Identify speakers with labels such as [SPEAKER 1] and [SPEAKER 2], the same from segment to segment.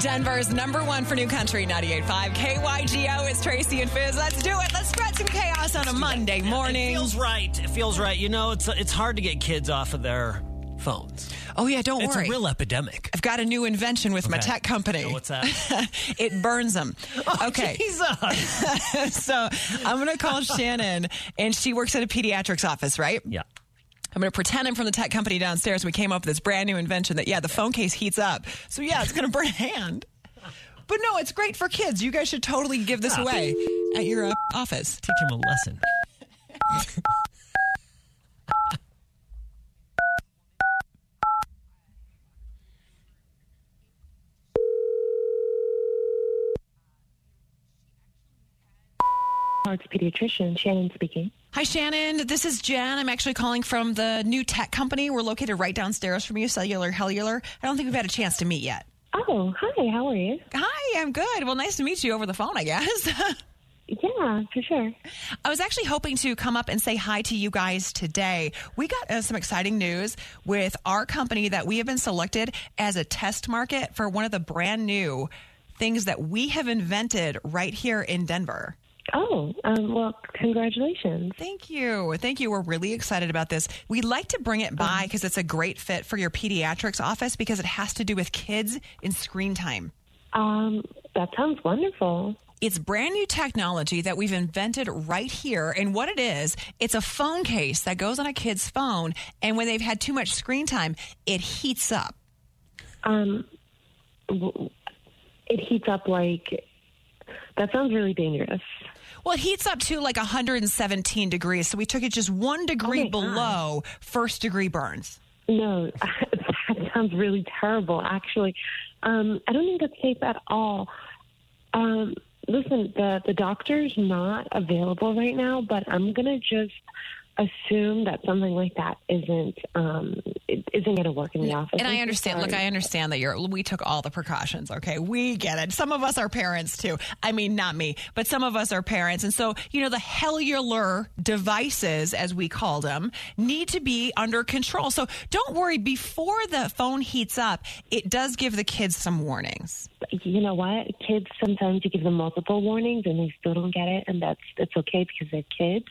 [SPEAKER 1] Denver's number one for new country 98.5 KYGO. It's Tracy and Fizz. Let's do it. Let's spread some chaos on a Monday
[SPEAKER 2] It
[SPEAKER 1] morning.
[SPEAKER 2] feels right. It feels right. You know, it's it's hard to get kids off of their phones.
[SPEAKER 1] Oh, yeah, don't
[SPEAKER 2] It's
[SPEAKER 1] worry.
[SPEAKER 2] a real epidemic.
[SPEAKER 1] I've got a new invention with my
[SPEAKER 2] Okay.
[SPEAKER 1] tech company.
[SPEAKER 2] Yeah, what's that? Oh,
[SPEAKER 1] it burns them. Okay.
[SPEAKER 2] Jesus.
[SPEAKER 1] so I'm going to call Shannon, and she works at a pediatrics office, right?
[SPEAKER 2] yeah.
[SPEAKER 1] I'm going to pretend I'm from the tech company downstairs. We came up with this brand new invention that, yeah, the phone case heats up. So, yeah, it's going to burn a hand. But no, it's great for kids. You guys should totally give this away at your uh, office.
[SPEAKER 2] Teach him a lesson.
[SPEAKER 3] Oh, it's a pediatrician, Shannon speaking.
[SPEAKER 1] Hi, Shannon. This is Jen. I'm actually calling from the new tech company. We're located right downstairs from you, Cellular Hellular. I don't think we've had a chance to meet yet.
[SPEAKER 3] Oh, hi, how are you?
[SPEAKER 1] Hi, I'm good. Well, nice to meet you over the phone, I guess.
[SPEAKER 3] Yeah, for sure.
[SPEAKER 1] I was actually hoping to come up and say hi to you guys today. We got uh, some exciting news with our company that we have been selected as a test market for one of the brand new things that we have invented right here in Denver.
[SPEAKER 3] Oh, um, well, congratulations.
[SPEAKER 1] Thank you. Thank you. We're really excited about this. We like to bring
[SPEAKER 3] Oh.
[SPEAKER 1] it by because it's a great fit for your pediatrics office because it has to do with kids and screen time.
[SPEAKER 3] Um, that sounds wonderful.
[SPEAKER 1] It's brand new technology that we've invented right here. And what it is, it's a phone case that goes on a kid's phone. And when they've had too much screen time, it heats up.
[SPEAKER 3] Um, w- it heats up like. That sounds really dangerous.
[SPEAKER 1] Well, it heats up to like 117 degrees. So we took it just one degree
[SPEAKER 3] Oh my God.
[SPEAKER 1] below first degree burns.
[SPEAKER 3] No, that sounds really terrible, actually. Um, I don't think that's safe at all. Um, listen, the, the doctor's not available right now, but I'm going to just assume that something like that isn't um, it isn't going to work in the office.
[SPEAKER 1] And
[SPEAKER 3] I'm
[SPEAKER 1] I
[SPEAKER 3] so
[SPEAKER 1] understand. Look,
[SPEAKER 3] sorry.
[SPEAKER 1] I understand that you're, we took all the precautions. Okay. We get it. Some of us are parents too. I mean, not me, but some of us are parents. And so, you know, the cellular devices, as we call them, need to be under control. So don't worry. Before the phone heats up, it does give the kids some warnings.
[SPEAKER 3] you know what? Kids sometimes you give them multiple warnings and they still don't get it, and that's it's okay because they're kids.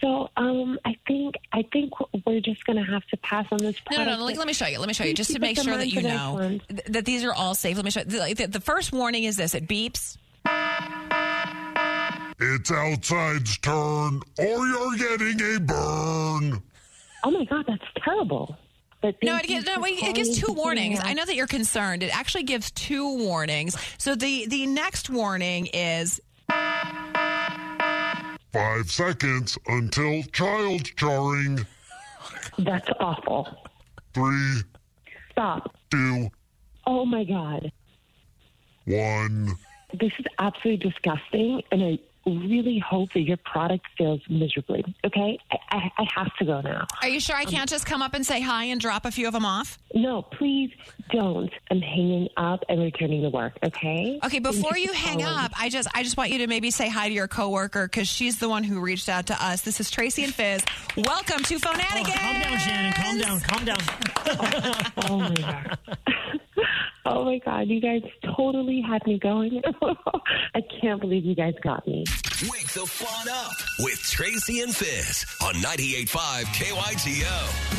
[SPEAKER 3] So um, I think I think we're just going to have to pass on this.
[SPEAKER 1] No, no, no.
[SPEAKER 3] product.
[SPEAKER 1] Let, let me show you. Let me show you.
[SPEAKER 3] Please
[SPEAKER 1] Just to
[SPEAKER 3] keep
[SPEAKER 1] make
[SPEAKER 3] us in
[SPEAKER 1] sure that
[SPEAKER 3] mind
[SPEAKER 1] you
[SPEAKER 3] for the next
[SPEAKER 1] know
[SPEAKER 3] one.
[SPEAKER 1] th- that these are all safe. Let me show you. The, the, the first warning is this it beeps.
[SPEAKER 4] It's outside's turn, or you're getting a burn.
[SPEAKER 3] Oh my God, that's terrible. But
[SPEAKER 1] No,
[SPEAKER 3] thank
[SPEAKER 1] it
[SPEAKER 3] you
[SPEAKER 1] gives,
[SPEAKER 3] for
[SPEAKER 1] no, wait,
[SPEAKER 3] calling
[SPEAKER 1] it gives
[SPEAKER 3] and
[SPEAKER 1] two
[SPEAKER 3] figuring
[SPEAKER 1] warnings.
[SPEAKER 3] out-
[SPEAKER 1] I know that you're concerned. It actually gives two warnings. So the the next warning is
[SPEAKER 4] Five seconds until child charring.
[SPEAKER 3] That's awful.
[SPEAKER 4] Three,
[SPEAKER 3] Stop.
[SPEAKER 4] two,
[SPEAKER 3] Oh my God,
[SPEAKER 4] one.
[SPEAKER 3] this is absolutely disgusting, and I really hope that your product fails miserably. Okay, I, I, I have to go now.
[SPEAKER 1] Are you sure I can't just come up and say hi and drop a few of them off?
[SPEAKER 3] No, please don't. I'm hanging up and returning to work. Okay.
[SPEAKER 1] Okay, before you hang up, I just I just want you to maybe say hi to your coworker cuz she's the one who reached out to us. This is Tracy and Fizz. Welcome to
[SPEAKER 2] Oh,
[SPEAKER 1] Phonetic.
[SPEAKER 2] calm down, Shannon. Calm down. Calm down.
[SPEAKER 3] Oh my god. oh my god, you guys totally had me going. I can't believe you guys got me.
[SPEAKER 5] Wake the fun up with Tracy and Fizz on 98.5 KYGO.